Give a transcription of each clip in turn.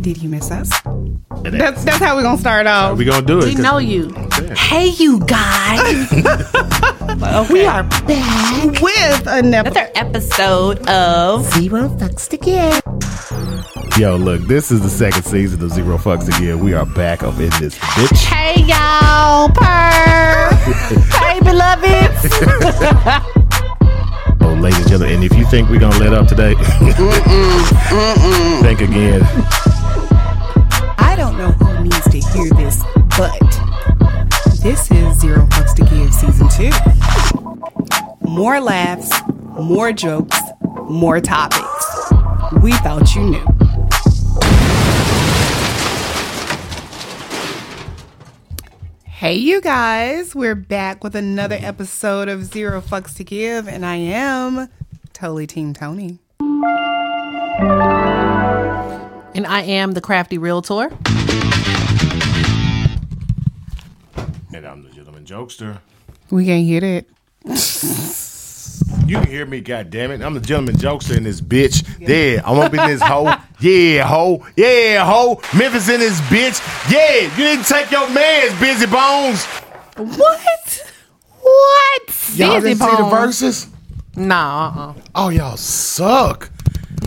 Did you miss us? That's that's how we're gonna start off. We gonna do it. We 'cause- know you. Hey, you guys. We are back with another. Another episode of Zero Fucks to Give. Yo, look, this is the second season of Zero Fucks again. We are back up in this bitch. Hey, y'all. Purr. hey, beloveds. Oh, ladies and gentlemen, and if you think we're gonna let up today, think again. I don't know who needs to hear this, but this is Zero Fucks to Give season two. More laughs, more jokes, more topics. We thought you knew. Hey, you guys, we're back with another episode of Zero Fucks to Give, and I am totally Team Tony. And I am the crafty realtor. And I'm the gentleman jokester. We can't hear that. You can hear me, goddammit. I'm the gentleman jokester in this bitch. Yeah, I'm up in this hoe. Yeah, hoe. Yeah, hoe. Memphis in this bitch. Yeah, you didn't take your man's busy bones. What? What? Y'all Busy didn't see the Bone. verses? Nah, uh-uh. Oh, y'all suck.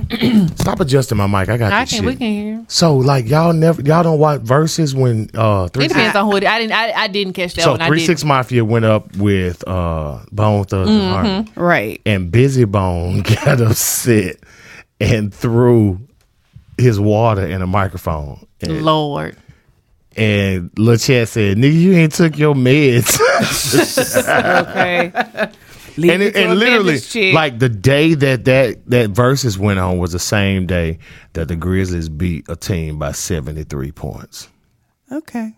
Stop adjusting my mic. I got I this can. shit. We can hear. So like y'all never y'all don't watch verses when uh three It depends on who it is. I didn't. I, I didn't catch that so one. I three did. six mafia went up with uh Bone Thugs Mm-hmm. and Harmony, Right. and Busy Bone got upset and threw his water in a microphone, and, Lord. and Lil Chat said, "Nigga, you ain't took your meds." Okay. and it, and literally, like the day that that that verses went on was the same day that the Grizzlies beat a team by seventy three points. okay.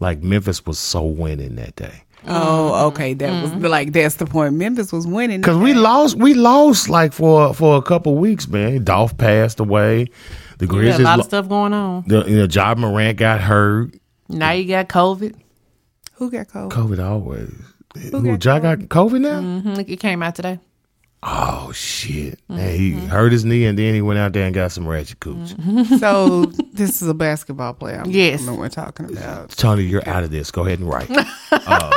Like Memphis was so winning that day. Oh, okay. That was like that's the point. Memphis was winning. Cause we lost, we lost like for for a couple weeks, man. Dolph passed away. The We had Grizzlies, a lot of lo- stuff going on. the, you know, Job Morant got hurt. Now you got COVID. Who got cold? COVID always. Who Ja got COVID Mm-hmm. now? Mhm, It came out today. Oh shit! Man, he hurt his knee and then he went out there and got some ratchet cooch. so this is a basketball player. I'm, Yes. I know we're talking about. Tony, you're out of this. Go ahead and write. Um,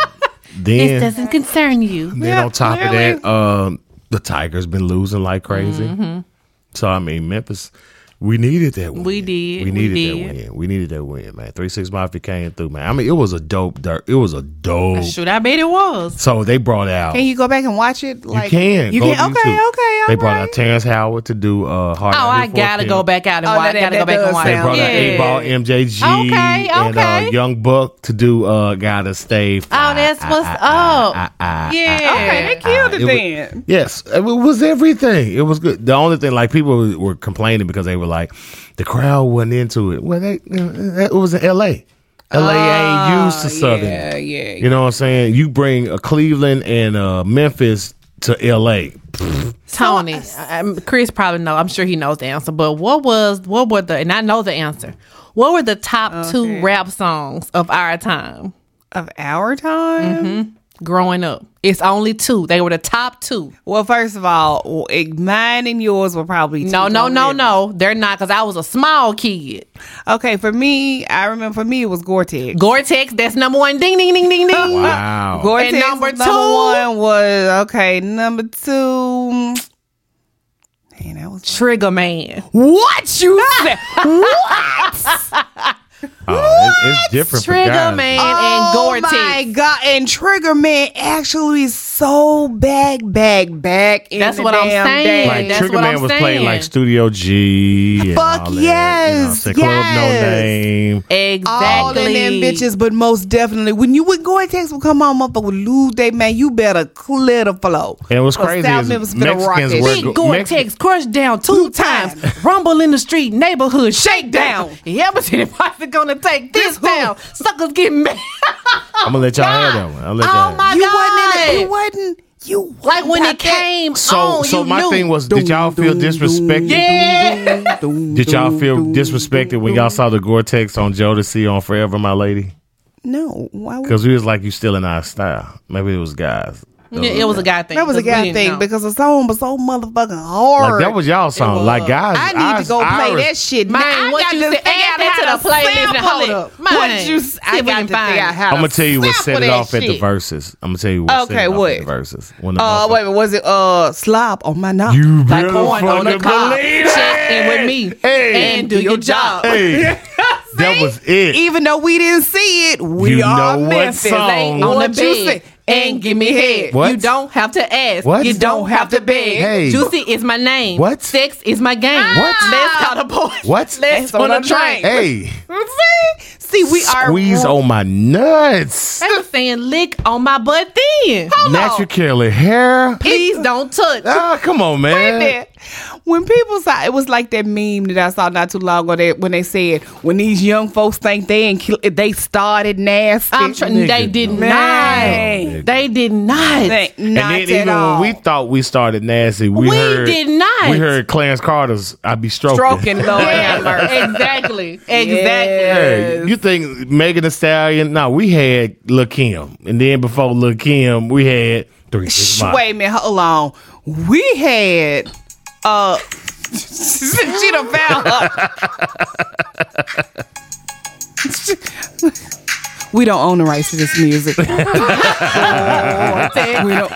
then, Doesn't concern you. then on top of that, um, the Tigers been losing like crazy. So I mean, Memphis, we needed that win. Mm-hmm. We did. We We needed that did. win. We needed that win, man. Three six mafia came through, man. I mean, it was a dope dirt. It was a dope. Shoot, I bet it was. So they brought out. Can you go back and watch it? you Like can. You go can. to Okay. YouTube. Okay. They all brought right. out Terrence Howard to do uh, hard. Oh, Out I Here for a gotta King. go back out and Oh, watch. that- gotta that go back does and watch. They sound brought out good. eight ball MJG Okay, and uh, okay. Young Buck to do uh, gotta stay. Oh, that's Ah, what's up. yeah. Okay, they killed it, It was- then. Yes, it was everything. It was good. The only thing, like people were complaining because they were like, the crowd wasn't into it. Well, they you know, eh, it was in L.A. L.A. ain't used to Southern. Ah, Yeah, yeah. You know what I'm saying? You bring a Cleveland and uh, Memphis to L.A. uh, Tony, I- I'm- Chris probably know. I'm sure he knows the answer. But what was what were the and I know the answer. What were the top two rap songs of our time Of our time. growing up? It's only two. They were the top two. Well, first of all, w- eh, mine and yours were probably No, two no, on no, there. no. They're not because I was a small kid. Okay, for me, I remember. For me, it was Gore-Tex. Uh, Gore-Tex. That's number one. Ding, ding, ding, ding, ding. Wow. Gore-Tex And number number two. Number two? one was okay. Number two. Man, that was Ah! Trigger Man. what you said. Oh, it- it's different. for Trigger guys. Man Oh and Gore-Tex. my god! And Trigger Man actually so back, back, back. In That's the what I'm damn saying. day. Like That's Trigger what Man I'm was playing saying. like Studio G. and Fuck all that, you know what I'm yes, saying? Club yes. No Name. all Exactly. in them bitches, but most definitely when you would go and text will come on, motherfucker, would lose they man. You better clear the flow. Oh And what's Cause crazy South is Memphis finna rock Mexicans that were shit. go- Big Gore-Tex crushed down two, Two times. times. Rumble in the street, neighborhood shakedown. Shakedown. Yeah, but the posse gonna take this who? down. Suckers get mad. I'm gonna let y'all have that one. I'll let Oh y'all. have my You God. wasn't, in it. you wasn't, you wasn't like when it about that. came So, Oh, on, so you my knew. thing was, did y'all feel disrespected? yeah. Did y'all feel disrespected when y'all saw the Gore-Tex on Jodeci on Forever My Lady? No, why would Because we was like, you still in our style. Maybe it was guys. It, it was a guy thing. That was a 'cause we guy didn't thing know. because the song was so motherfucking hard. Like that was y'all It song. was. Like guys, I need to go play that shit. Man, now. what I got you to said- figure add out that to how the playlist and sample hold it. up. Man, What you? s- see I if we got can to figure find it. out how. I'm gonna tell you what set sample it that off at the shit. verses. I'm gonna tell you what set Okay, it off what? at the verses. When the Uh, motherfucker- wait, a minute, was it uh slop on my knob? You Like better corn on the fucking cob. believe Check in with it. me Hey, and do your job. hey, that was it. Even though we didn't see it, we You are know what Memphis. song- They On know on the what you bed say. and give me head. What? You don't have to ask. What? You don't have to beg. Hey. Juicy is my name. What? Sex is my game. What? Let's call the boys. What? Let's what put a I'm saying. drink. Hey, See, we are squeeze on my nuts. They were saying lick on my butt then. Natural curly hair. Please don't touch. Ah, come on, man. that. When people saw it was like that meme that I saw not too long ago that when they said when these young folks think they ain't kill, they started nasty. I'm trying. nigga, They did no. Man. not. They did not. Think not and then at even all. when we thought we started nasty, we, We heard, did not. We heard Clarence Carter's "I Be Stroking." stroking low hammer. Yeah, exactly. Exactly. Hey, you think Megan Thee Stallion? No, we had Lil Kim, and then before Lil Kim, we had Three Six Mafia. Wait a minute, hold on. We had uh she done found her. We don't own the rights to this music. we don't.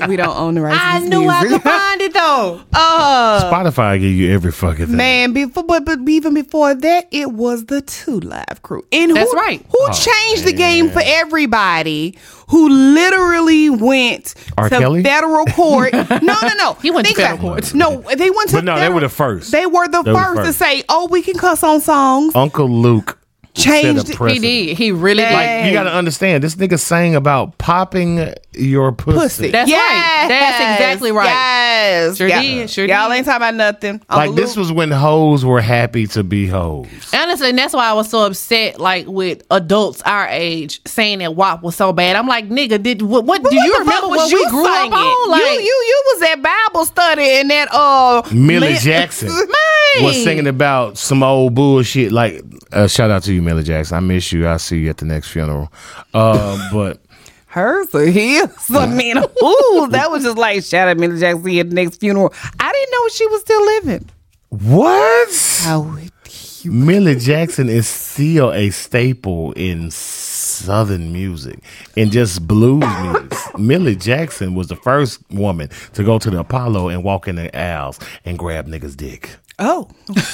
We don't own the rights. I to this knew I music. could find it though. Uh, Spotify give you every fucking thing. Man, before but, but even before that, it was the two live crew. And who, That's right. Who changed the game for everybody? Who literally went R. to Kelly? federal court? no, no, no. He went to Think federal about it. court. No, they went to. But no, they federal- were the first. They were the They were first, to first. say, "Oh, we can cuss on songs." Uncle Luke Changed it. set a He He precedent. did. He really did. Like you gotta understand, this nigga sang about popping your pussy. Pussy. That's right. That's Yes, exactly right. Yes, Sure Y'all- did, sure Y'all did. ain't talking about nothing. Uncle Like this Luke. was when hoes were happy to be hoes. Honestly, and that's why I was so upset, like with adults our age saying that WAP was so bad. I'm like, nigga, did what? what do What you the fuck remember was what you we grew singing? up on? Like, you, you, you was at Bible study and that uh Millie Lin- Jackson Man. was singing about some old bullshit. Like uh, shout out to you, Millie Jackson. I miss you. I'll see you at the next funeral. Uh, but hers or his. I mean, ooh, that was just like shout out Millie Jackson at the next funeral. I didn't know she was still living. what? Oh, Millie Jackson is still a staple in Southern music and just blues music. Millie Jackson was the first woman to go to the Apollo and walk in the aisles and grab niggas' dick. oh.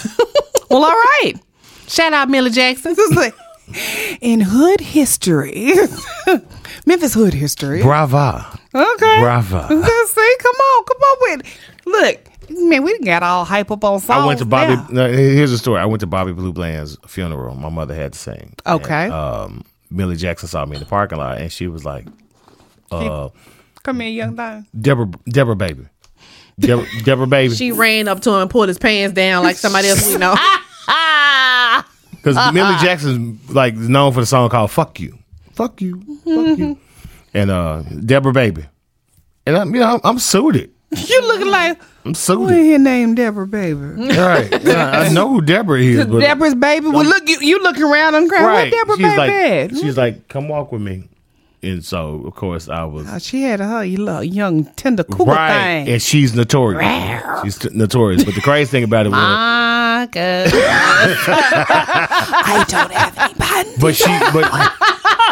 well, all right. shout out Millie Jackson. This is like- in hood history, Memphis hood history. Brava. okay, Brava. Let's see, come on, come on with. Look, man, we got all hype up on songs. I went to Bobby. now. No, here's the story. I went to Bobby Blue Bland's funeral. My mother had to sing. Okay. And, um, Millie Jackson saw me in the parking lot and she was like, Come in, young thing. Deborah, Deborah, baby. Deborah, Deborah baby. She ran up to him and pulled his pants down like somebody else we know. Because Millie Jackson's like known for the song called "Fuck You," "Fuck You," "Fuck You," and uh, Deborah Baby. And I'm, you know, I'm, I'm suited. You looking like I'm who in suited. here named Deborah, baby? All right, I, I know who Deborah is. But, Deborah's baby. Well, look, you you looking around on crowd. Right. right? Deborah, she's baby? like, at? she's like, come walk with me. And so, of course, I was Oh, she had her you little young tender cougar right, thing. and she's notorious. she's t- notorious. But the crazy thing about it was, My God. I don't have anybody. but she, but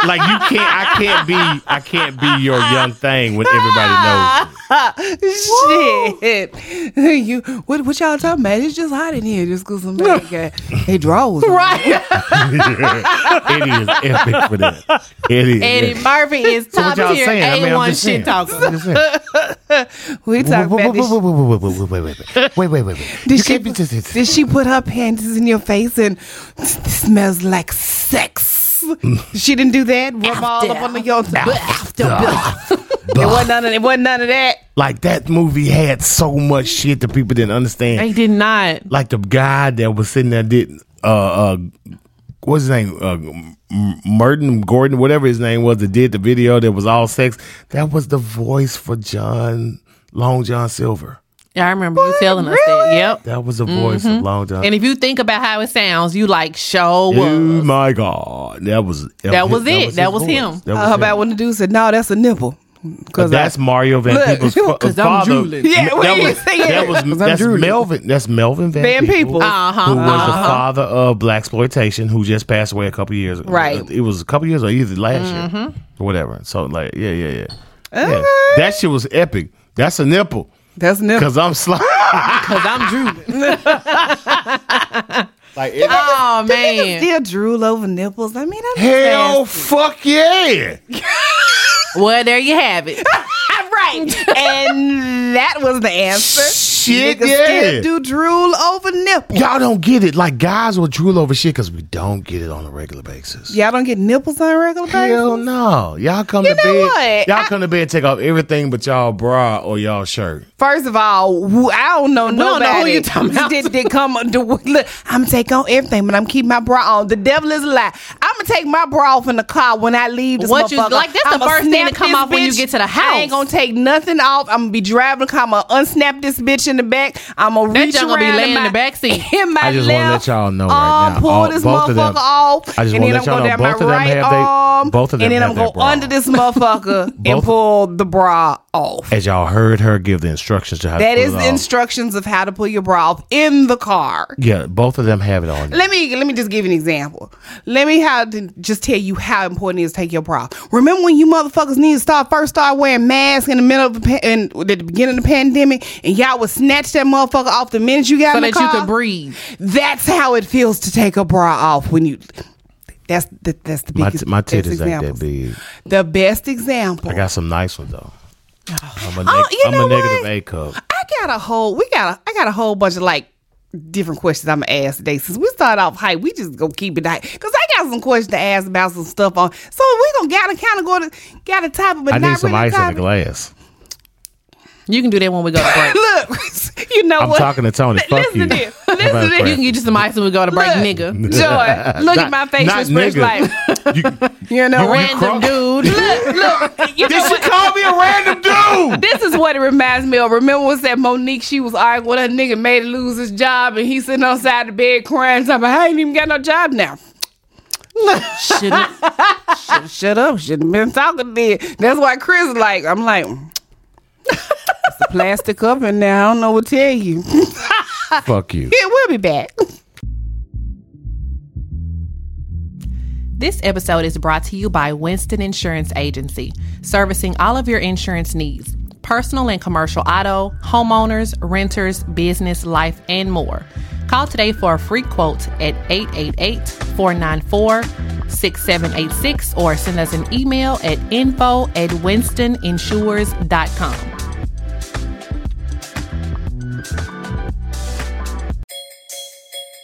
like you can't, I can't be, I can't be your young thing when everybody knows. you. Shit. you what what y'all talking about? It's just hot in here just cause somebody got they draws. Right. Eddie is epic for that. Eddie, is Eddie epic. Murphy is So what top y'all tier saying? I A1 mean, I'm just saying. shit talker. I'm just saying. We talking Wait, about wait, this. wait, wait, wait, wait, wait, wait, wait, wait, wait, wait. Did You she, can't be put, just- did she put her panties in your face and "This smells like sex? she didn't do that. Rub all up under your after. it wasn't none of it wasn't none of that. Like that movie had so much shit that people didn't understand. They did not. Like the guy that was sitting there did uh uh what's his name uh M- Merton Gordon whatever his name was that did the video that was all sex. That was the voice for John Long John Silver. Yeah, I remember you telling us that. Yep. That was the voice of Long John. And if you think about how it sounds, you like show oh was. my God, that was That was it. his That was voice. him. That was Uh, him. about when the dude said, "No, that's a nipple." 'Cause that's I- Mario Van Look, Peebles' fa- 'cause I'm father. drooling. Yeah, what that you was, saying? that was 'Cause I'm that's drooling. Melvin. That's Melvin Van, Van Peebles, Peebles. Uh-huh, who was the uh-huh. father of black exploitation, who just passed away a couple years. uh, Right. Mm-hmm. it was a couple years or either last year or whatever. So like, yeah, yeah, yeah. Yeah. That shit was epic. That's a nipple That's never. because I'm sliding. Cause I'm drooling. like it, Oh man. Still drool over nipples. I mean, I'm hell, nasty. fuck yeah. Well, there you have it. right. and that was the answer. Shit, Niggas yeah. still do drool over nipples. Y'all don't get it. Like guys will drool over shit because we don't get it on a regular basis. Y'all don't get nipples on a regular basis. Hell no. Y'all come to know bed. what? Y'all come to bed and take off everything but y'all bra or y'all shirt. First of all, who- I don't know don't nobody. know who you talking about. Did, did come, do, look, I'm taking on everything, but I'm keeping my bra on. The devil is a lie. I'm gonna take my bra off in the car when I leave this What you- motherfucker. like, that's the I'ma first thing snap to come this off when you bitch. get to I the ain't house. gonna take nothing off. I'm gonna be driving the car. I'm gonna unsnap this bitch in the back. I'm gonna That reach junk gonna be around laying in my, the back seat. In my I just wanna left let y'all know right arm, now, Pull all- this both of them- motherfucker off. I just and wanna then let I'm y'all gonna know down both of them my right have they- arm. both of them And then have I'm their gonna bra under on. this motherfucker and Both- pull the bra off. As y'all heard her give the instructions to how That to pull is it the off. instructions of how to pull your bra off in the car. Yeah, both of them have it on. Let me let me just give you an example. Let me how to just tell you how important it is to take your bra. off. Remember when you motherfuckers need to start first start wearing masks in the middle of the pan, in, at the beginning of the pandemic, and y'all would snatch that motherfucker off the minute you got So in the that you car? can breathe. That's how it feels to take a bra off when you. That's the, that's the my, biggest t- my best titties ain't that examples. big. The best example. I got some nice ones though. I'm a, neg- Oh, you I'm know a negative what? A cup. I got a whole we got a I got a whole bunch of like different questions I'm gonna ask today. Since we started off hype, we just gonna keep it hype. Cause I got some questions to ask about some stuff on so we gonna gotta kinda go to got a topic but I not need some really ice in a topic. glass. You can do that when we go to break. Look, you know I'm what talking to Tony. Li- Fuck listen you. to this. How about Listen to that? You can get you some ice when we go to break, nigga. Joy, look at my face Not expression like nigga. you, you know You- you random crunk. Dude, Look, look, you know Did she what? call me a random dude? This is what it reminds me of. Remember was that Monique? She was arguing with her nigga, made her lose his job, and he sitting outside the bed crying. Talking about, I ain't even got no job now. shouldn't shut up. Shouldn't have been talking then. That's why Chris is like, I'm like, it's a plastic up in there. I don't know what to tell you. Fuck you. Yeah, we'll be back. This episode is brought to you by Winston Insurance Agency, servicing all of your insurance needs personal and commercial auto, homeowners, renters, business, life, and more. Call today for a free quote at 888 494 6786 or send us an email at info at winstoninsures.com.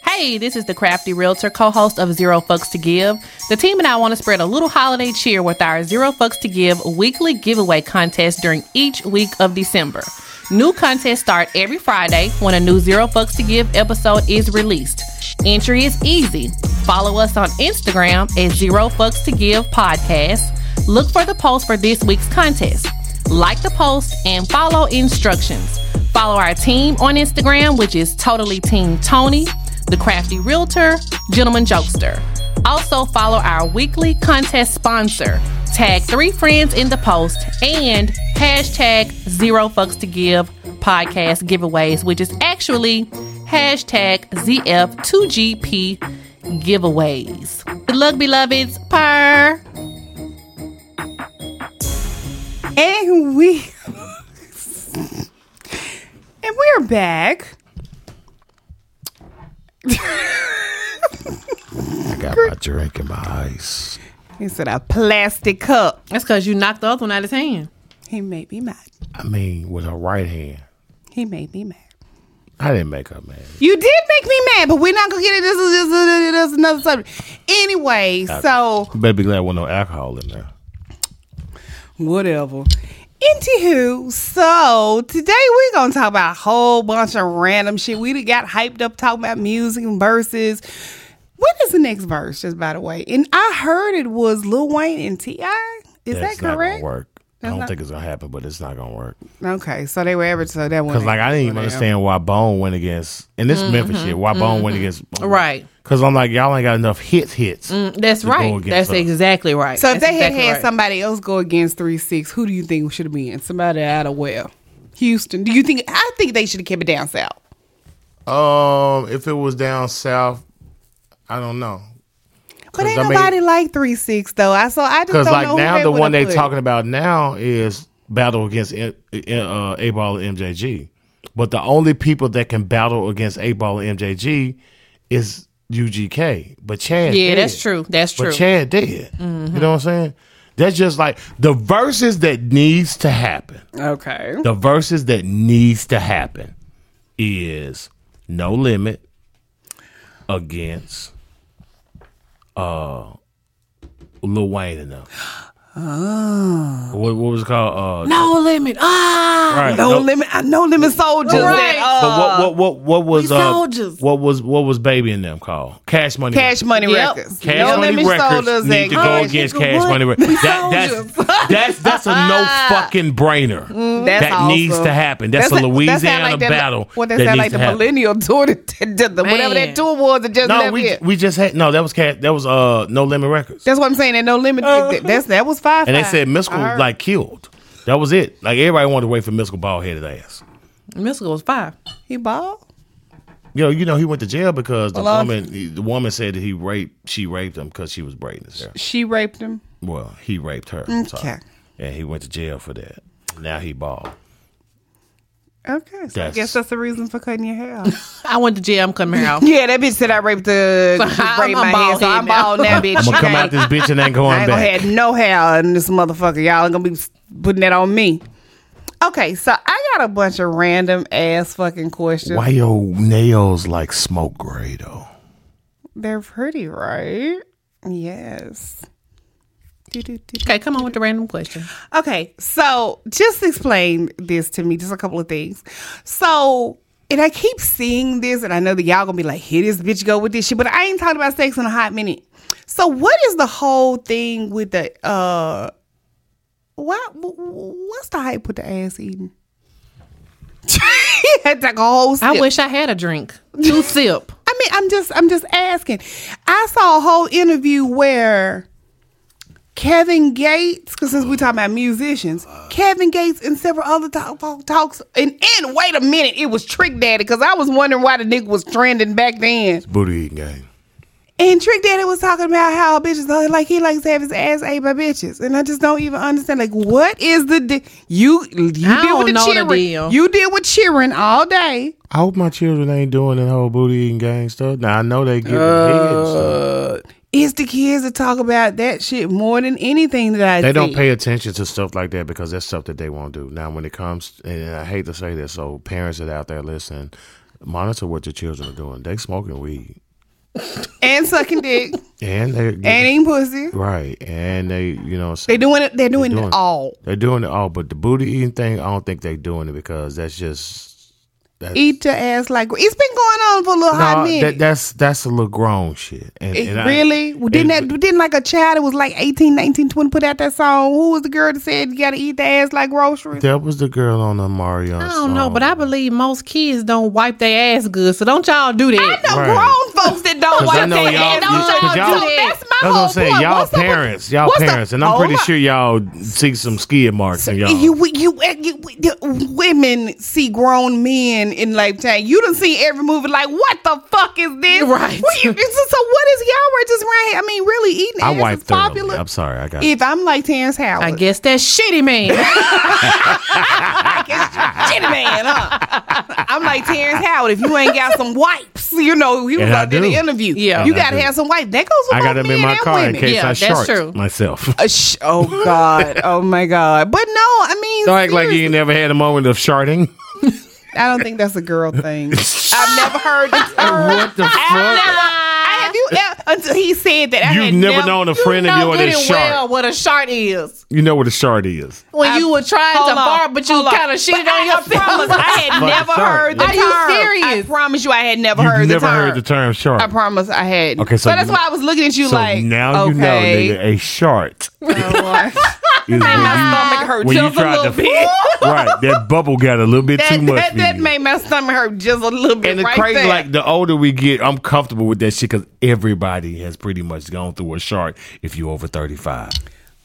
Hey, this is the Crafty Realtor, co host of Zero Fucks to Give. The team and I want to spread a little holiday cheer with our Zero Fucks to Give weekly giveaway contest during each week of December. New contests start every Friday when a new Zero Fucks to Give episode is released. Entry is easy. Follow us on Instagram at Zero Fucks to Give Podcast. Look for the post for this week's contest like the post, and follow instructions. Follow our team on Instagram, which is Totally Team Tony, The Crafty Realtor, Gentleman Jokester. Also, follow our weekly contest sponsor. Tag three friends in the post and hashtag zero fucks to give podcast giveaways, which is actually hashtag ZF2GP giveaways. Good luck, beloveds. Purr. And we And we're back. I got my drink and my ice. He said a plastic cup. That's because you knocked the other one out of his hand. He made me mad. I mean, with her right hand. He made me mad. I didn't make her mad. You did make me mad, but we're not gonna get it. This is, this is, this is another subject. Anyway, so You better be glad there wasn't no alcohol in there. Whatever. Anywho, so today we're gonna talk about a whole bunch of random shit. We done got hyped up talking about music and verses. What is the next verse, just by the way? And I heard it was Lil Wayne and T.I. Is that not gonna correct? work. I don't think it's gonna happen, but it's not gonna work. Okay, so they were ever so that one. Cause like I didn't even Whatever. understand why Bone went against, and Mm-hmm. this Memphis shit. Why Bone went against? Right. Cause I'm like y'all ain't got enough hits. Hits. Mm. That's go right. against That's us. exactly right. So if That's they had exactly had right. somebody else go against three six, who do you think should have been? Somebody out of well, Houston. Do you think? I think they should have kept it down south. Um, if it was down south, I don't know. But ain't I mean- nobody like three six though. I so I just don't Because like know who now, the would've one they put. talking about now is battle against uh, uh, A Ball and MJG. But the only people that can battle against A Ball and MJG is UGK. But Chad, Yeah, did. that's true. That's true. But Chad did. You know what I'm saying? That's just like the verses that needs to happen. Okay. The verses that needs to happen is no limit against uh Lil Wayne and them. What, what was it called? Uh, Oh. no limit. Ah, right, No, limit. I know limit soldiers. Right. That, uh, But what what what what was These uh, soldiers. what was what was Baby and them called? Cash money. Cash money Yep. records. Cash no Money limit Records soldiers. need and to go Cash- against Nigga, Cash what? Money Records. That, that's, that's that's a no fucking brainer. Mm, That's that needs awesome. to happen. That's, a like- that sound Louisiana like that- uh, battle. What that that sound needs like to the happen. millennial tour, that- that- that- the- whatever Man. that tour was that just No, left we here. we just had no. That was cat. That was uh No Limit Records, That's what I'm saying. That no limit. that- that's that was five. Uh-huh. and they five. said Mystical I heard. like killed. That was it. Like everybody wanted to wait for Mystical bald headed ass. Mystical was five. he bald. You know, you know he went to jail because the Well, I- woman the woman said that he raped she raped him because she was braiding his hair. She raped him. Well, he raped her. I'm sorry. Mm, Okay. And he went to jail for that. Now he bald. Okay, so I That's- guess that's the reason for cutting your hair. off. I went to jail. I'm coming here off. yeah, that bitch said I raped the So she I'm- raped I'm my hair, bald so head I'm now. bald now, bitch. I'm gonna come out this bitch and ain't going I ain't gonna back. have no hair in this motherfucker. Y'all ain't gonna be putting that on me. Okay, so I got a bunch of random ass fucking questions. Why your nails like smoke gray though? They're pretty, right? Yes. Do-do-do-do. Okay, come on with the random question. Okay, so just explain this to me, just a couple of things. So, and I keep seeing this, and I know that y'all gonna be like, here this bitch go with this shit, but I ain't talking about sex in a hot minute. So, what is the whole thing with the, uh, what, what's the hype with the ass eating? he had like a whole sip. I wish I had a drink. Two sip. I mean, I'm just I'm just asking. I saw a whole interview where Kevin Gates, because since we're talking about musicians, Kevin Gates and several other talk, talk- talks. And, and wait a minute, it was Trick Daddy, because I was wondering why the nigga was trending back then. Booty eating game. And Trick Daddy was talking about how bitches uh, like he likes to have his ass ate by bitches, and I just don't even understand. Like, what is the di- you you I deal with don't know the cheering? deal. You deal with cheering all day. I hope my children ain't doing that whole booty eating gang stuff. Now I know they get head and stuff. It's the kids that talk about that shit more than anything that I They see. don't pay attention to stuff like that because that's stuff that they won't do. Now when it comes and I hate to say this, so parents that out there listen, monitor what your children are doing. They smoking weed. and sucking dick And they and eating pussy. Right. And they you know They doing it. They're doing, doing it it. all. They're doing it all, but the booty eating thing, I don't think they're doing it because that's just that's, Eat your ass like it's been going on for a little hot Nah, that, minute. that's that's a little grown shit. And, It and I- really? Well, didn't and- that? Didn't like a child that was like 18, 19, 20 put out that song? Who was the girl that said you got to eat the ass like groceries? that was the girl on the Mario. I don't know, but I believe most kids don't wipe their ass good. So don't y'all do that. The Right. grown folks that don't 'Cause want I know that. y'all- and don't you- 'cause y'all- do that. That's my That's what whole I'm saying. point. Y'all What's up with- parents, y'all what's up- parents, and I'm Oh pretty my- sure y'all see some skid marks in y'all. You, you, eh, you, you, women see grown men in lifetime. You done see every movie like, what the fuck is this? Right. What you- so, so what is y'all were just around here? I mean, really eating I ass is wiped thoroughly. popular. I'm sorry, I got. If I'm like Terrence Howard, I guess that's shitty, man. shitty man, huh? I'm like Terrence Howard. If you ain't got some wipes, you know, you was And I out there in do. the interview. Yeah. you And I gotta do. have some wipes. That goes with I both got them men in my and car in women. case Yeah, I that's short true. myself. Uh, sh- oh God, oh my God! But no, I mean, Don't act like you seriously. ain't never had a moment of sharding. I don't think that's a girl thing. I've never heard this term. what the fuck? I have you ever, until he said that. I You've had never known a friend of know yours good that's and sharp. well what a shark is. You know what a shard is. When you were trying Hold to on, fart, but you hold on. kind of shitted But on I promise, yourself. I had never sorry. heard the Are you term. serious? I promise you, I had never You've heard never the term. heard the term shard. I promise I hadn't. Okay, so that's you- why I was looking at you so like now okay. you know, nigga, a shard know, nigga. It's Made when you- my stomach hurt when you just a tried little to bit. right, that bubble got a little bit that too much. that, for that you. made my stomach hurt just a little bit. and it's right crazy, there. like the older we get, I'm comfortable with that shit because everybody has pretty much gone through a shark. If you're over 35,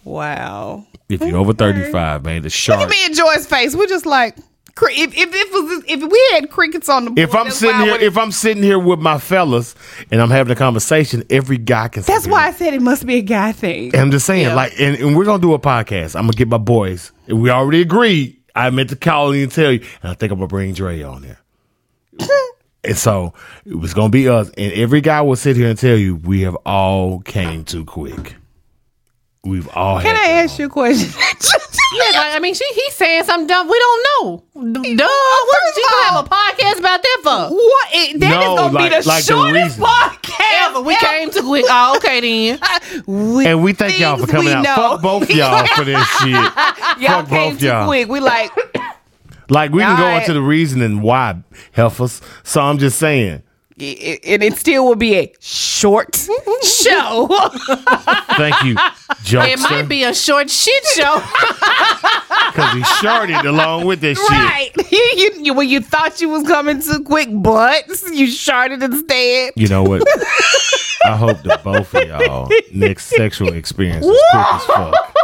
wow. if you're over 35, man, the Look shark. at me and Joy's face. We're just like, cr- if if if, was, if we had crickets on the board, If I'm that's sitting why I here, would've- if I'm sitting here with my fellas and I'm having a conversation, every guy can. sit that's here. why I said it must be a guy thing. I'm just saying, like, and, and we're gonna do a podcast. I'm gonna get my boys. And we already agreed. I meant to call you and tell you, and I think I'm gonna bring Dre on there. and so it was gonna be us. And every guy will sit here and tell you we have all came too quick. We've all Can had I ask you a question? Yeah, like, I mean, she he's saying something dumb. We don't know. D- Duh, what first she of gonna all- have a podcast about that for? What? It, that is No, gonna like- be the like the shortest reason. podcast Ever. We came to quit. Oh, okay then. We, and we thank y'all for things coming we out. know. Fuck both y'all for this shit. y'all Fuck came both too y'all. quick. We like Like we can go Y'all- into the reason and why, heifers. So I'm just saying. it, and it still will be a short show. Thank you, jokester. It might be a short shit show. because he shorted along with this shit. right. You, you, you, when you thought you was coming too quick, but you sharded instead. You know what? I hope that both of y'all next sexual experience is quick as fuck.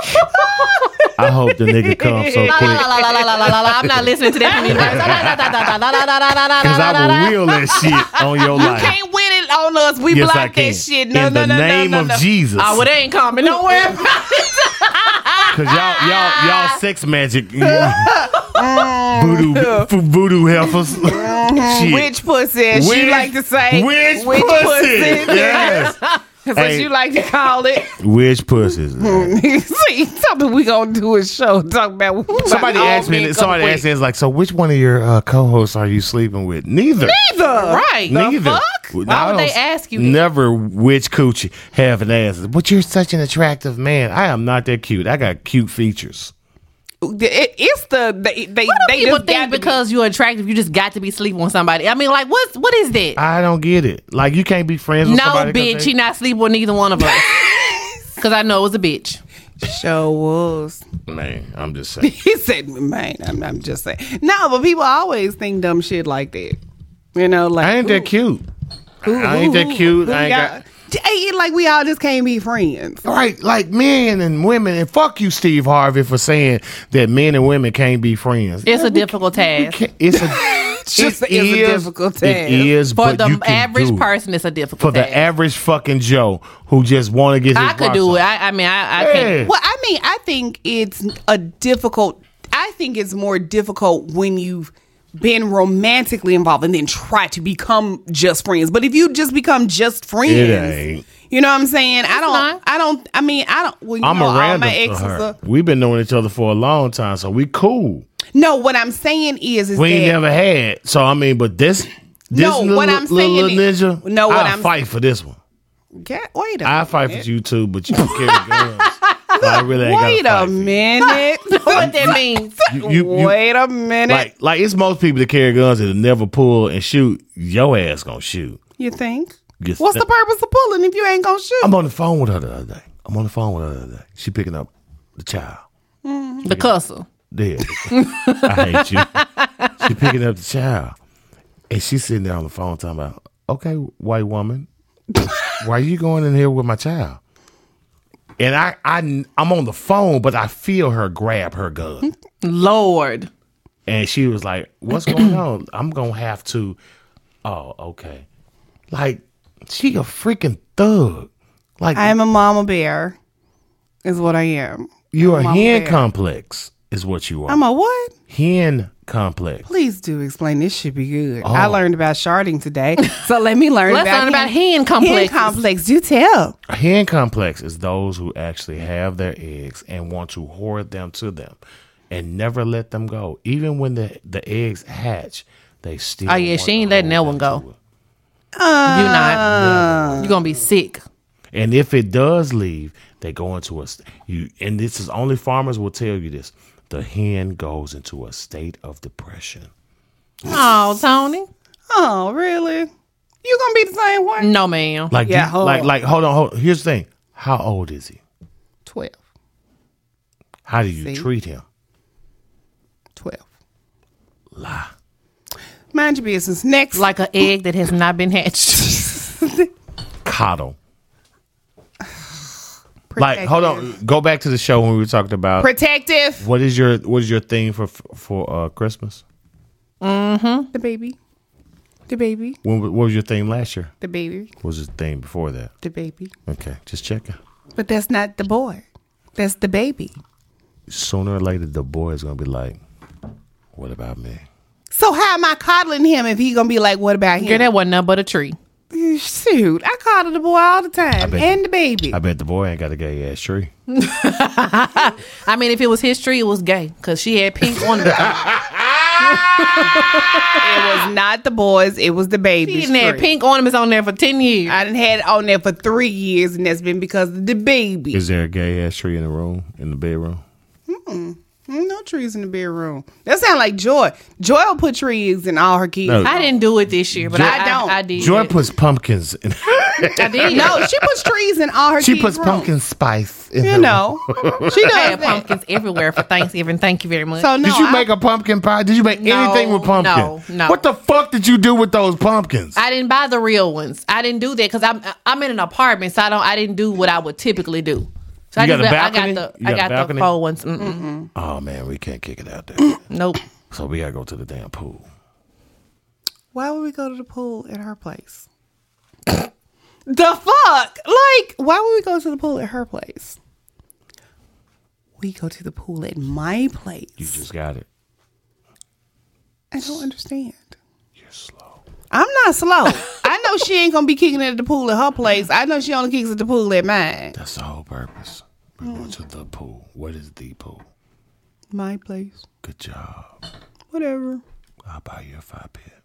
I hope the nigga comes so La, la, la, quick la, la, la, la, la, la. I'm not listening to that from you. La, la, la, la, la, la, la, la, la, because la, la, la, I la. will wheel that shit on your You life. can't win it on us. We yes, block I can. that shit. No, In no, the no, no, name no, of no. Jesus, Oh, well, it ain't coming. Don't worry about it. because y'all, y'all, y'all, sex magic, voodoo, fu- voodoo heifers. shit. Witch pussy, as Witch- you like to say. witch, pussy. Yes, That's what Hey. you like to call it. witch pussies. See, something we gonna do a show talking about. Somebody all asked me. men Somebody come asked me. It's like, so which one of your uh, co-hosts are you sleeping with? Neither. with. Right. Right. Neither. fuck? Well, Why I would don't they ask you? Never which coochie have an ass. But you're such an attractive man. I am not that cute. I got cute features. It, it's the they they, they People just got think to be- because you're attractive, you just got to be sleeping with somebody. I mean, like, what's what is that? I don't get it. Like you can't be friends with no, somebody. 'cause bitch, they- she not sleeping with neither one of us. Because I know it was a bitch. show was. man, I'm just saying. He said, "Man, I'm, I'm just saying." No, but people always think dumb shit like that. You know, like I ain't that cute. who- I ain't who- that cute. who I ain't y'all- got. Hey, like we all just can't be friends. Right, like men and women, and fuck you, Steve Harvey, for saying that men and women can't be friends. It's a difficult task. Can't- It's a, Just is it a is- difficult task. It is, For but you the can do average it. person, it's a difficult for the task. average fucking Joe who just want to get. His I could rocks do off. it. I, I mean, I, I Yeah. can't. Well, I mean, I think it's a difficult. I think it's more difficult when you've been romantically involved and then try to become just friends. But if you just become just friends, ain't. you know what I'm saying? I don't. not. I don't. I mean, I don't. Well, you I'm know, a all random. my exes. to her. Are, We've been knowing each other for a long time, so we cool. no, what I'm saying is, is We ain't that never had. So I mean, but this, this No, little, what I'm little, saying little is- ninja, no, what I I'm- fight for this one. Ga- wait a I fight for you too, but you don't carry guns. So I really ain't wait gotta a fight for you. minute. What that means? You- you- you- wait a minute. Like, like it's most people that carry guns that never pull and shoot. Your ass gonna shoot. you think? Yes, What's the that- purpose of pulling if you ain't gonna shoot? I'm on the phone with her the other day. I'm on the phone with her the other day. She picking up the child. The cusser. dead. I hate you. She picking up the child, and she's sitting there on the phone talking about, "Okay, white woman, why you going in here with my child?" And I, I, I'm on the phone, but I feel her grab her gun, Lord. and she was like, "What's going on? I'm gonna have to." Oh, okay. Like she a freaking thug. Like I am a mama bear, is what I am. you're a mama hen bear. complex, is what you are. I'm a what? hen complex. Please do explain. This should be good. I Oh. learned about sharding today, so let me learn. Let's about learn about hen complexes. complex. Do tell. A hen complex is those who actually have their eggs and want to hoard them to them and never let them go. Even when the, the eggs hatch, they still. Oh, yeah, want she ain't to letting that hold them one go. to it. you not. You're going to be sick. And if it does leave, they go into a st- you. And this is only farmers will tell you this. The hen goes into a state of depression. Oh, Tony. Oh, really? You gonna be the same one? No, ma'am. Like Yeah, you- hold like on. like hold on. Hold on. Here's the thing. How old is he? Twelve. How do you See? treat him? 12. Lie. Mind your business. Next. Like an egg that has not been hatched. Coddle. protective. Like, hold on. Go back to the show when we were talking about Protective. what is your what is your thing for for uh, Christmas? The baby. The baby. When what was your thing last year? The baby. What was your thing before that? The baby. Okay, just checking. But that's not the boy. That's the baby. Sooner or later, the boy is gonna be like, "What about me?" So how am I coddling him if he gonna be like, what about him? Girl, that wasn't nothing but a tree. Shoot, I coddle the boy all the time bet- and the baby. I bet the boy ain't got a gay ass tree. I mean, if it was his tree, it was gay because she had pink on the. it was not the boys. It was the baby. She didn't have pink ornaments on there for ten years. I done had it on there for three years, and that's been because of the baby. Is there a gay ass tree in the room in the bedroom? Mm, No trees in the bedroom. That sound like Joy. Joy will put trees in all her kids. No. I didn't do it this year, but Joy- I, I don't. don't. I, did. Joy puts pumpkins. In, I did. No, she puts trees in all her she kids' puts room. pumpkin spice. In You her- know, she I does had that. pumpkins everywhere for Thanksgiving. Thank you very much. So no, Did you I- make a pumpkin pie? Did you make No, anything with pumpkin? no, no. What the fuck did you do with those pumpkins? I didn't buy the real ones. I didn't do that because I'm I'm in an apartment, so I don't. I didn't do what I would typically do. So I, You got just, a I balcony? got the You I got a got the balcony? faux ones. Mm-mm. oh man, we can't kick it out there. Nope. so we gotta go to the damn pool. Why would we go to the pool at her place? the fuck? Like, why would we go to the pool at her place? We go to the pool at my place. You just got it. I don't understand. You're slow. I'm not slow. I know she ain't gonna be kicking at the pool at her place. I know she only kicks at the pool at mine. That's the whole purpose. We went to the pool. What is the pool? My place. Good job. Whatever. I'll buy you a fire pit.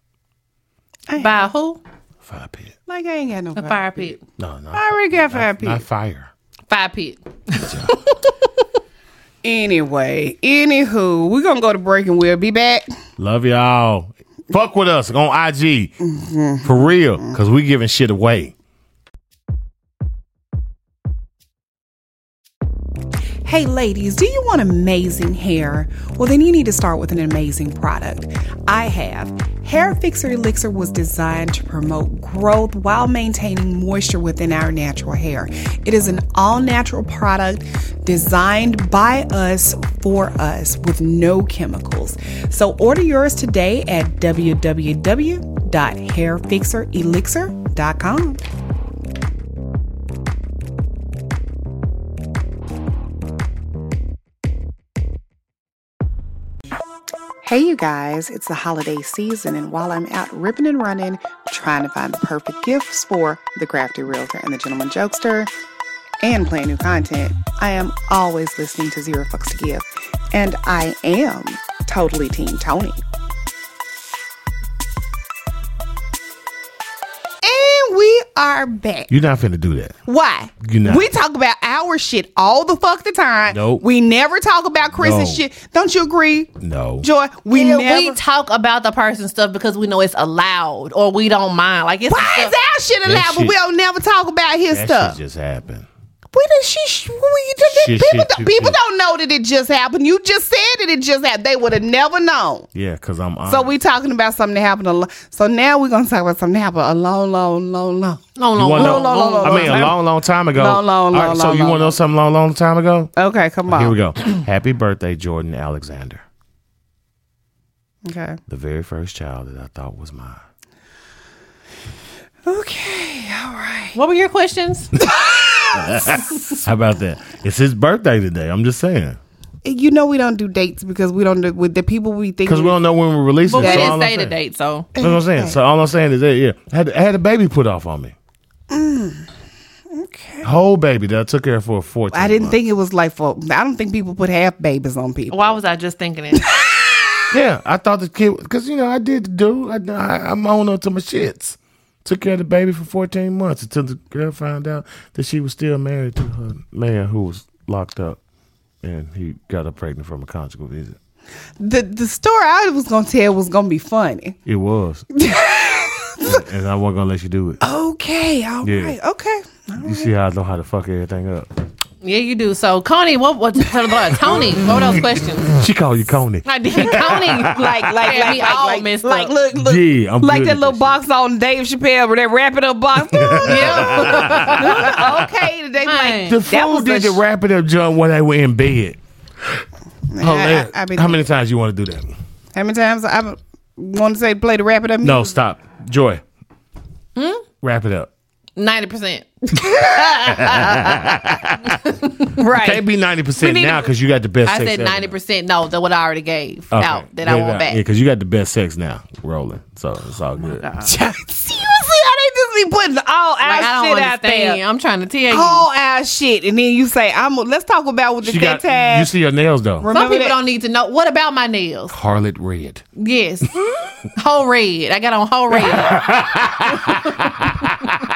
By who? Fire pit. Like I ain't got no A fire pit. No, no. I already got fire pit. Not fire. Fire pit. Anyway, anywho, we're gonna go to break and we'll be back. Love y'all. Fuck with us on IG. Mm-hmm. For real. Cause we giving shit away. Hey, ladies, do you want amazing hair? Well, then you need to start with an amazing product. I have. Hair Fixer Elixir was designed to promote growth while maintaining moisture within our natural hair. It is an all natural product designed by us for us with no chemicals. So order yours today at www.hairfixerelixir.com. Hey, you guys, it's the holiday season, and while I'm out ripping and running, trying to find the perfect gifts for the crafty realtor and the gentleman jokester, and playing new content, I am always listening to Zero Fucks to Give, and I am totally Team Tony. And we are back. You're not finna do that. Why? You're not. We talk about our shit all the fuck the time. Nope. We never talk about Chris's No. shit. Don't you agree? No. Joy, we Yeah, never. we talk about the person stuff because we know it's allowed or we don't mind. Like it's Why is stuff- our shit allowed, but shit- we don't never talk about his That stuff? shit just happened. we done, she, sh- we, done- Shit, people, shit, don't- shit, people shit. don't know that it just happened. You just said that it just happened. They would have never known. Yeah, cause I'm honest. So we talking about something that happened a lot. So now we're gonna talk about something that happened a long, long, long, long. No, You no, wanna no, know? no, no, no. no, I mean, a no. long, long time ago. Long, long, All right, long, so long, you want long. to know something long, long time ago? Okay, come on. Here we go. Happy birthday, Jordan Alexander, Okay. the very first child that I thought was mine. Okay. All right. What were your questions? How about that? It's his birthday today. I'm just saying You know we don't do dates because we don't do with the people we think. because we don't know when we're releasing. but we so didn't all I'm say the saying- date, so That's what I'm saying. So all I'm saying is that yeah, I had, I had a baby put off on me. okay. Whole baby that I took care of for 14. I didn't months. think it was like for. I don't think people put half babies on people. why was I just thinking it? Yeah, I thought the kid because you know I did do. I, I I'm on up to my shits. Took care of the baby for 14 months until the girl found out that she was still married to her man who was locked up, and he got her pregnant from a conjugal visit. The the story I was gonna tell was gonna be funny. It was. and I Oh. wasn't gonna let you do it. Okay, all right, Yeah. Okay. You see how I know how to fuck everything up. Yeah, you do. So, Connie, what what Tony? What were those questions? She called you Coney. I did Connie Like, like, Yeah, like, we like, all like, messed like, up. look, look, Yeah, I'm like good that at little this box on Dave Chappelle where they wrap it up box. yeah. okay, today like The that was fool did the the wrap it up jump when they were in bed. Hilarious. I- I been- How many times you want to do that? how many times I want to say play the wrap it up? No, Mm-hmm. stop. Joy. Hmm? Wrap it up. ninety percent. right. Can't be ninety percent We need now to- because you got the best. I sex said ever. ninety percent. No, that what I already gave Okay. out that Good I want out. back. Oh Yeah, because you got the best sex now, rolling. So it's all good. Seriously, I they just be putting all our Like, I shit don't out understand. there. Oh, I'm trying to tell you. All our shit, and then you say, "I'm." Let's talk about what the She that got. time. You see your nails though. Some Remember people that- don't need to know. What about my nails? Harlot red. Yes, whole red. I got on whole red.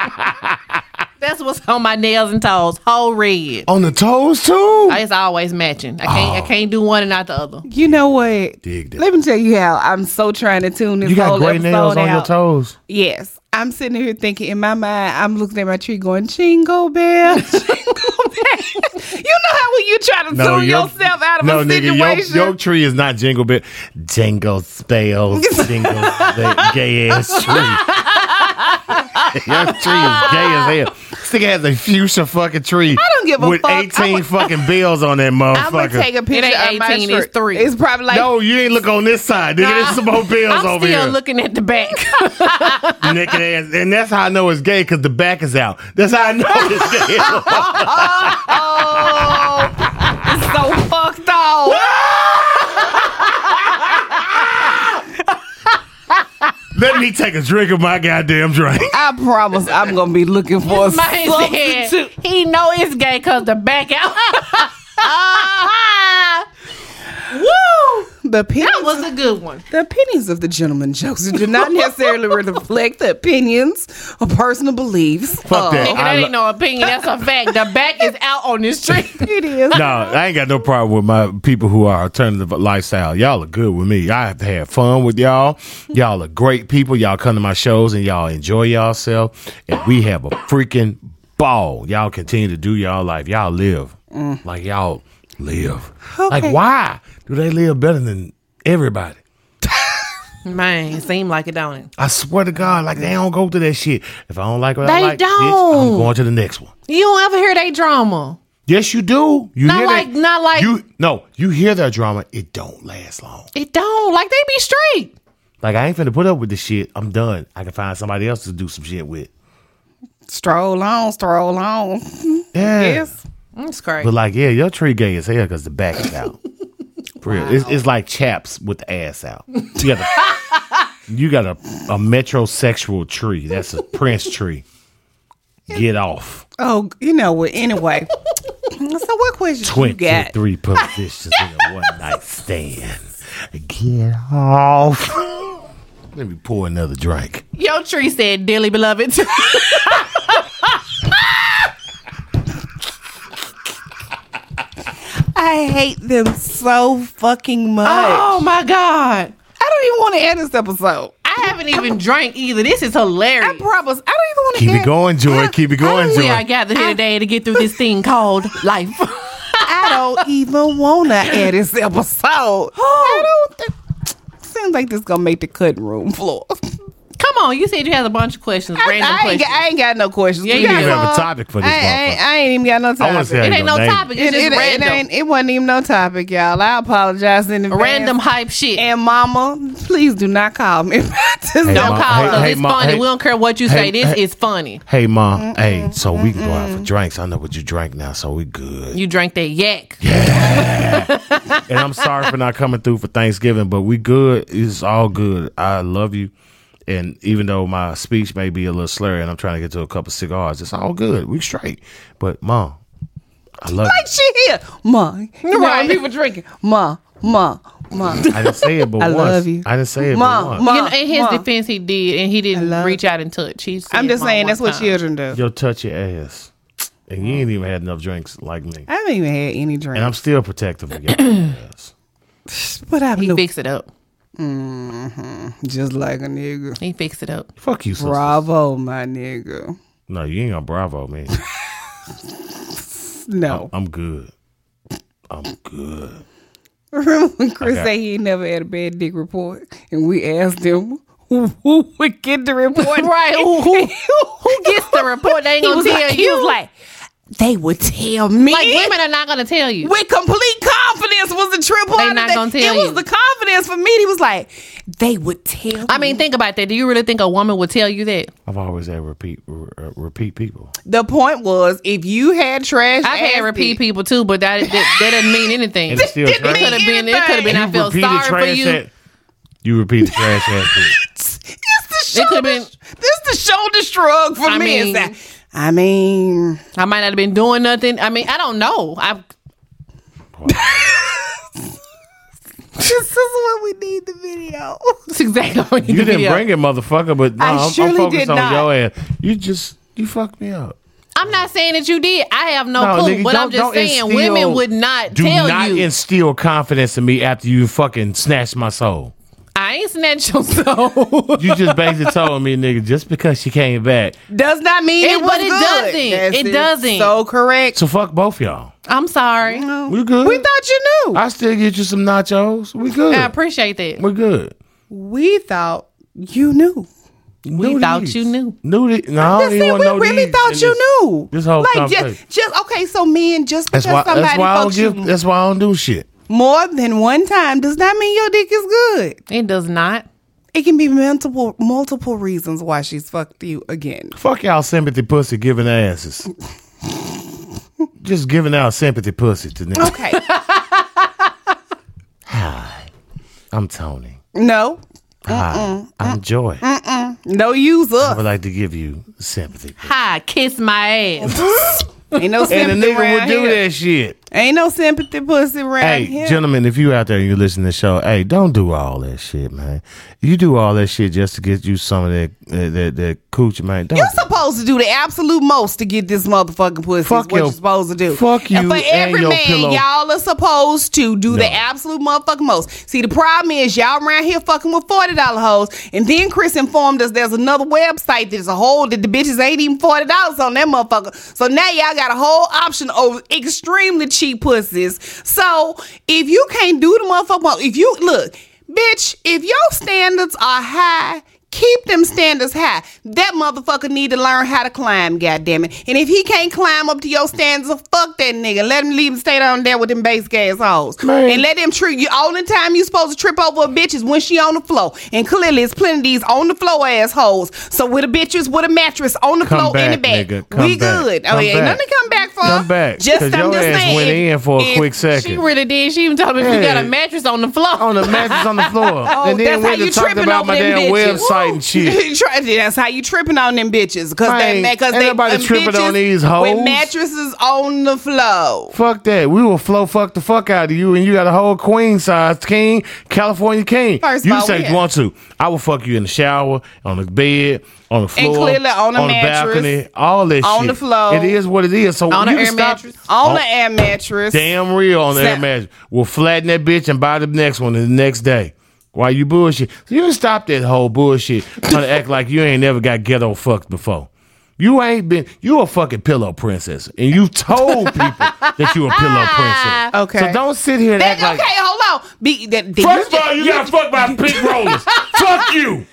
That's what's on my nails and toes. Whole red. Oh, On the toes too. It's always matching. I Oh. can't. I can't do one and not the other. You know what? Dig that. Let me tell you how I'm so trying to tune this you got whole gray nails episode on your out. toes. Yes, I'm sitting here thinking in my mind. I'm looking at my tree, going, "Jingle bell, jingle bell." you know how when you try to tune your- yourself out of no, a nigga, situation, your- Your, tree is not jingle bit. Jingle spells, jingle spe- gay ass tree. your tree is gay as hell. This nigga has a fuchsia fucking tree. I don't give a with fuck. With 18 fucking bells on that motherfucker. I'm gonna take a picture ain't of my 18, it's tree. three. It's probably like no, you ain't look on this side, nigga. There's some more bills I'm over still here, looking at the back. naked ass, and that's how I know it's gay because the back is out. That's how I know it's gay. it's so fucked up. Let me take a drink of my goddamn drink. I promise I'm gonna be looking for Man a said, substitute. he know it's gay cause the back out. Woo! The pennies, That was a good one. the opinions of the gentleman jokes do not necessarily reflect the opinions or personal beliefs. Fuck that. I Nigga, that lo- ain't no opinion. That's a fact. The back is out on this tree. It is. no, I ain't got no problem with my people who are alternative lifestyle. Y'all are good with me. I have to have fun with y'all. Y'all are great people. Y'all come to my shows and y'all enjoy yourself. And we have a freaking ball. Y'all continue to do y'all life. Y'all live Mm. like y'all live. Like why do they live better than everybody? Man, seem like it don't it? I swear to God, like they don't go through that shit. If I don't like what I They like, bitch, I'm don't. going to the next one. You don't ever hear they drama. Yes, you do. You Not hear like- that, not like- you. No, you hear that drama. It don't last long. It don't. Like they be straight. Like I ain't finna put up with this shit. I'm done. I can find somebody else to do some shit with. Stroll on, stroll on. Yeah. Yes. That's crazy. But like, yeah, your tree gay as hell because the back is out. For real. It's, it's like chaps with the ass out. You got a, you got a, a metrosexual tree. That's a prince tree. Get off. Oh, you know what? Anyway. so what questions you Twenty got? three positions in a one night stand. Get off. Let me pour another drink. Your tree said, dearly beloved. I hate them so fucking much. oh my God. I don't even want to end this episode. I haven't even drank either. This is hilarious. I promise. I don't even want to Keep it going, Joy. Keep it going, we are Joy. gathered here today to get through this thing called life. I don't even want to air this episode. Oh. I don't. thi- seems like this gonna make the cutting room floor. Come on, you said you had a bunch of questions, I, random I, ain't, questions. got- I ain't got no questions. Yeah, We you got do. We have a some. topic for this I, ain't- motherfucker. I ain't even got no I wanna topic. see how it you ain't no gonna name topic. It's It, just it- it random. ain't, it wasn't even no topic, y'all. I apologize in advance. random hype shit. And mama, please do not call me. Just Hey, don't Ma- call hey, us. hey, it's Ma- funny. hey- we don't care what you say. hey, this hey. is funny. Hey, mom. Hey, so we can go out for drinks. I know what you drank now, so we good. You drank that yak. and I'm sorry for not coming through for Thanksgiving, but we good. It's all good. I love you. And even though my speech may be a little slurry and I'm trying to get to a couple cigars, it's all good. We straight. But mom, I love you. she here, ma. You know Right. when people drinking, ma, ma, ma. I didn't say it but I once. love you. I didn't say it Ma, but once. ma. You know, in his Ma. defense, he did, and he didn't love- reach out and touch. He said I'm just mom saying one that's what time. children do. Yo, touch your ass. And you ain't even had enough drinks like me. I haven't even had any drink, And I'm still protective of your ass. but I've He no fixed it up. just like a nigga. He fixed it up. Fuck you, sister. Bravo, my nigga. No, you ain't gonna bravo me. No. I'm good. I'm good. Remember when Chris Okay. said he ain't never had a bad dick report, and we asked him who, who would get the report? Right. Who, who, who gets the report? They ain't He gonna was tell like, you. he was like, they would tell me. Like, women are not gonna tell you. with complete confidence was the triple. They not gonna tell It was you. the confidence for me. He was like, they would tell. I mean, think about that. Do you really think a woman would tell you that? I've always had repeat r- uh, repeat people. the point was if you had trash, I've ass had repeat people too, but that that, that doesn't mean anything. And it's still didn't trash. mean Could have been. It could have been. I You feel repeated sorry for trash you. ass- you repeat the trash ass. dick. It's the It shoulder. could've been- this the shoulder shrug for I me. It's mean- like, I mean, I might not have been doing nothing. I mean, I don't know. I this is what we need the video. that's exactly what You need to didn't be up. bring it, motherfucker. But no, I I'm, I'm surely focused did on not. your ass. You just you fucked me up. I'm not saying that you did. I have no, No, clue. nigga, but I'm don't- just don't saying instill- women would not Do tell not you. instill confidence in me after you fucking snatched my soul. I ain't snatched your soul. You just basically told me, nigga, just because she came back. Does not mean It- it, was but it good. doesn't. It doesn't. So correct. So fuck both y'all. I'm sorry. We good. we thought you knew. I still get you some nachos. We good. I appreciate that. We're good. we thought you knew. We thought you knew. Knew it. No, I don't That's even it. want We to know really these thought in you this- knew. This whole like conversation. just, just okay. So men, just because That's why. somebody That's why I don't fucks you give. That's why I don't do shit. more than one time does not mean your dick is good. It does not. It can be multiple multiple reasons why she's fucked you again. Fuck y'all sympathy pussy giving asses. Just giving out sympathy pussy to niggas. Okay. I'm Tony. no. Hi. I'm Joy. No use I would up. like to give you sympathy. Hi, kiss my ass. Ain't no And the sympathy nigga would around do here. that shit. Ain't no sympathy pussy around Hey, here. gentlemen, if you out there and you listen to the show, hey, don't do all that shit, man. You do all that shit just to get you some of that uh, that that cooch, man. Don't You're do- supposed to do the absolute most to get this motherfucking pussy. is Fuck what your- you're supposed to do. fuck And you for and every your man, pillow. y'all are supposed to do the absolute motherfucking most. See, the problem is y'all around here fucking with forty dollar hoes, and then Chris informed us there's another website that's a whole that the bitches ain't even forty dollars on that motherfucker. So now y'all got a whole option over extremely cheap pussies. So if you can't do the motherfucking most, if you look, bitch, if your standards are high. Keep them standards high. That motherfucker need to learn how to climb, goddammit. And if he can't climb up to your standards, fuck that nigga. Let him leave and stay down there with them base gas hoes. Man. And let them treat you. Only time you supposed to trip over a bitch is when she on the floor. And clearly it's plenty of these on the floor assholes. So with a bitch is with a mattress on the Come floor in the back, back. nigga. Come we back. good. Come oh, yeah, ain't back. nothing to come back for. Come back, Just 'cause I'm your just ass saying. went in for a if- quick She second. really did. She even told me you got a Hey. mattress on the floor. on the mattress on the floor, and Oh, that's then how went you to talk tripping about over my them damn bitches. website and shit. Try- That's how you tripping on them bitches. Because they Man, make us ain't nobody tripping on these hoes. With mattresses on the floor. Fuck that. We will flow fuck the fuck out of you, and you got a whole queen size king, California king. First of you all, say we- you want to. I will fuck you in the shower, on the bed, on the floor, clearly on a the mattress, balcony, all that on shit. the floor, It is what it is. So on you an can air stop- mattress. On Oh, the air mattress. Damn real on the air Snap. mattress. We'll flatten that bitch and buy the next one the next day. Why you bullshit? So you stop that whole bullshit trying to act like you ain't never got ghetto fucked before. You ain't been. You a fucking pillow princess, and you told people that you a pillow princess. Okay. So don't sit here and That- act like. okay, hold on. Be, that, that- First you of all, you got fucked by pink rollers. Fuck you.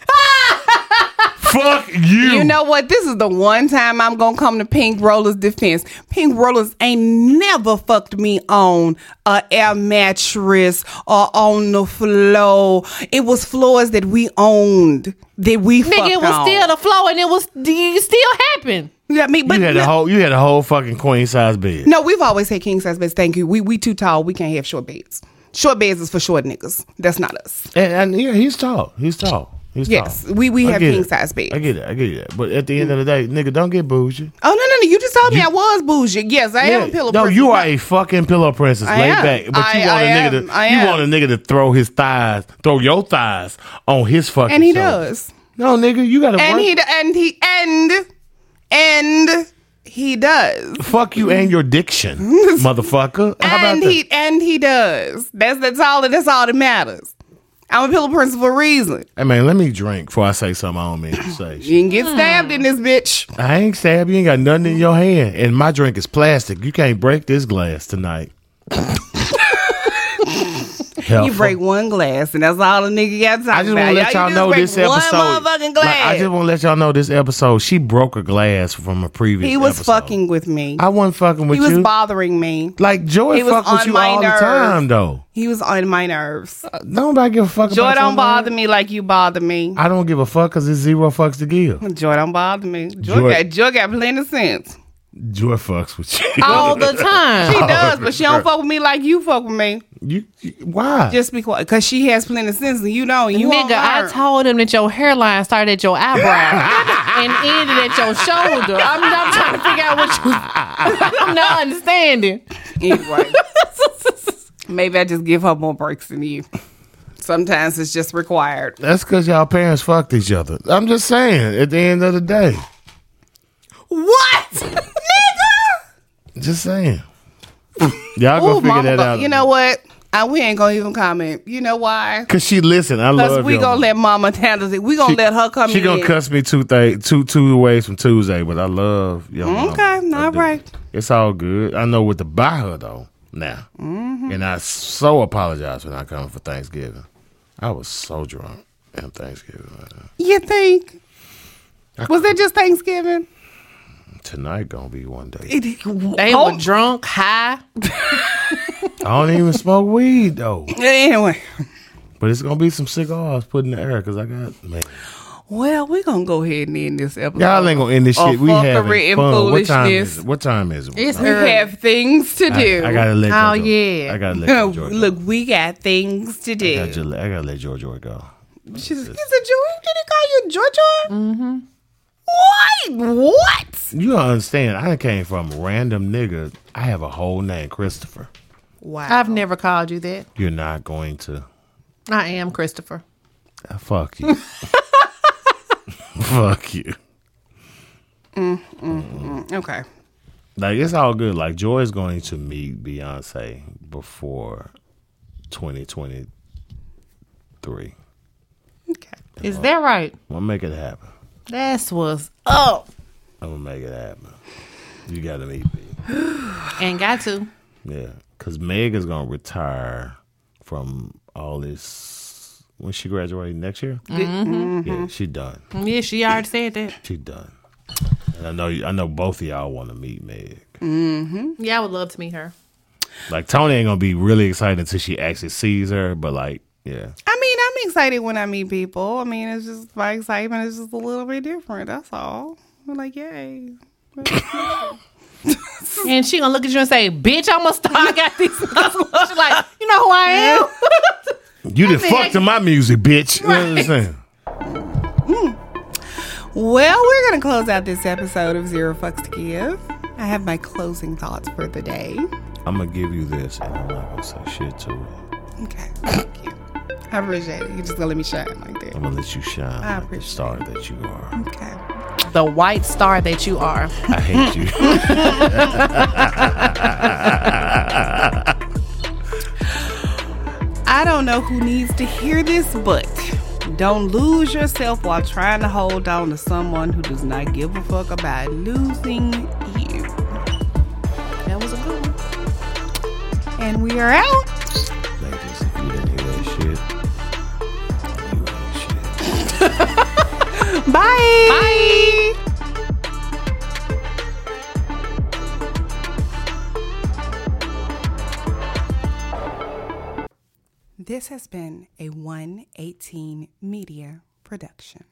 Fuck you. You know what? This is the one time I'm gonna come to Pink Roller's defense. Pink Rollers ain't never fucked me on a air mattress or on the floor. It was floors that we owned that we Nigga, it was still the floor, and it was it still happened. still. I mean, but you had a whole. You had a whole fucking queen size bed. no, we've always had king size beds. Thank you. We we too tall. We can't have short beds. Short beds is for short niggas. That's not us. And, and yeah, he's tall. He's tall. He's Yes, tall. we- we Oh, I have get king it. size beds. I get it. I get it. But at the end of the day, nigga, don't get bougie. Oh no no no! You just told me I was bougie. Yes, I am a Yeah. pillow. no, person. you are a fucking pillow princess. I laid am. back, but you I- want a I nigga am. to I you am. want a nigga to throw his thighs, throw your thighs on his fucking. And he shoulders. does. No, nigga, you gotta and work. he and he and and he does fuck you and your diction, motherfucker. How about and that? he and he does that's that's all that's all that matters I'm a pillow princess for a reason. Hey man, let me drink before I say something I don't mean to say. You didn't get stabbed Hmm. in this bitch. I ain't stab you. Ain't got nothing in your hand, and my drink is plastic. You can't break this glass tonight. You break one glass, and that's all the nigga got to talk I just about. want to let y'all you know just this break episode. One motherfucking glass. Like, I just want to let y'all know this episode. She broke a glass from a previous. he was episode. fucking with me. I wasn't fucking with he was you. bothering me. like Joy He was fucked with on you my all nerves. the time, though. He was on my nerves. Nobody give a fuck. Joy about your don't bother nerves. me like you bother me. I don't give a fuck because it's zero fucks to give. Joy don't bother me. Joy, Joy- Got, Joy got plenty of sense. Joy fucks with you. all the time. Oh, She does, but she don't fuck with me like you fuck with me. you, you- why? Just because cause she has plenty of sense and you don't. You Nigga, I told him that your hairline started at your eyebrow and ended at your shoulder. I'm, I'm trying to figure out what you. I'm not understanding. you. Anyway. Maybe I just give her more breaks than you. Sometimes it's just required. That's because y'all parents fucked each other. I'm just saying. At the end of the day, What? Nigga! just saying. y'all go Ooh, figure mama, that go- out. You know what? I, we ain't gonna even comment. You know why? Cause she listen, I Because love we your gonna mom. let Mama handle it. We gonna let her come She in. gonna cuss me two th- two two ways from Tuesday, but I love your mom. Mm, Okay, I all do. right. It's all good. I know what to buy her though now, Mm-hmm. and I so apologize when I come for Thanksgiving. I was so drunk at Thanksgiving man. You think? Was it just Thanksgiving? tonight. Gonna be one day. They Oh. were drunk, high. I don't even smoke weed though, Anyway. but it's gonna be some cigars put in the air because I got man. Well, we're gonna go ahead and end this episode. Y'all ain't gonna end this Oh, shit. We fuckery having and fun. What time foolishness. is it? What time is it? It's we have things to do. I, I gotta let. Oh, Jojo- yeah. I gotta let. Jojo go. Look, we got things to I do. gotta, let- I gotta let George Orr go. She's, he's a George. Did he call you George? Mm-hmm. What? What? You don't understand. I came from random nigga. I have a whole name, Christopher. Wow. I've never called you that. You're not going to. I am Christopher. Uh, fuck you. fuck you. okay. Like it's all good. Like Joy is going to meet Beyonce before 2023. Okay. Is that right? I'm gonna make it happen. That's what's up. I'm gonna make it happen. You gotta meet B. And got to. Yeah, because Meg is gonna retire from all this when she graduated next year. Yeah, she done. Yeah, she already said that. She done. And I know you, I know both of y'all want to meet Meg. Yeah, I would love to meet her. Like Tony ain't gonna be really excited until she actually sees her, but like, yeah, I mean, I'm excited when I meet people. I mean, it's just my excitement is just a little bit different. That's all. I'm like, yay. And she gonna look at you and say, "Bitch, I'm a star. I got these." She's like, "You know who I am." you did fuck to my music, bitch. You know what I'm saying? Well, we're going to close out this episode of Zero Fucks to Give. I have my closing thoughts for the day. I'm gonna give you this, and I'm not gonna say shit to it. Okay. Thank you. I appreciate it. You just gonna let me shine like that. I'm gonna let you shine I like the appreciate star that you are. Okay. The white star that you are. I hate you. I don't know who needs to hear this, but don't lose yourself while trying to hold on to someone who does not give a fuck about losing you. That was a good one. And we are out. Ladies, if you didn't hear that shit, you ain't shit. Bye. Bye. This has been a 118 Media production.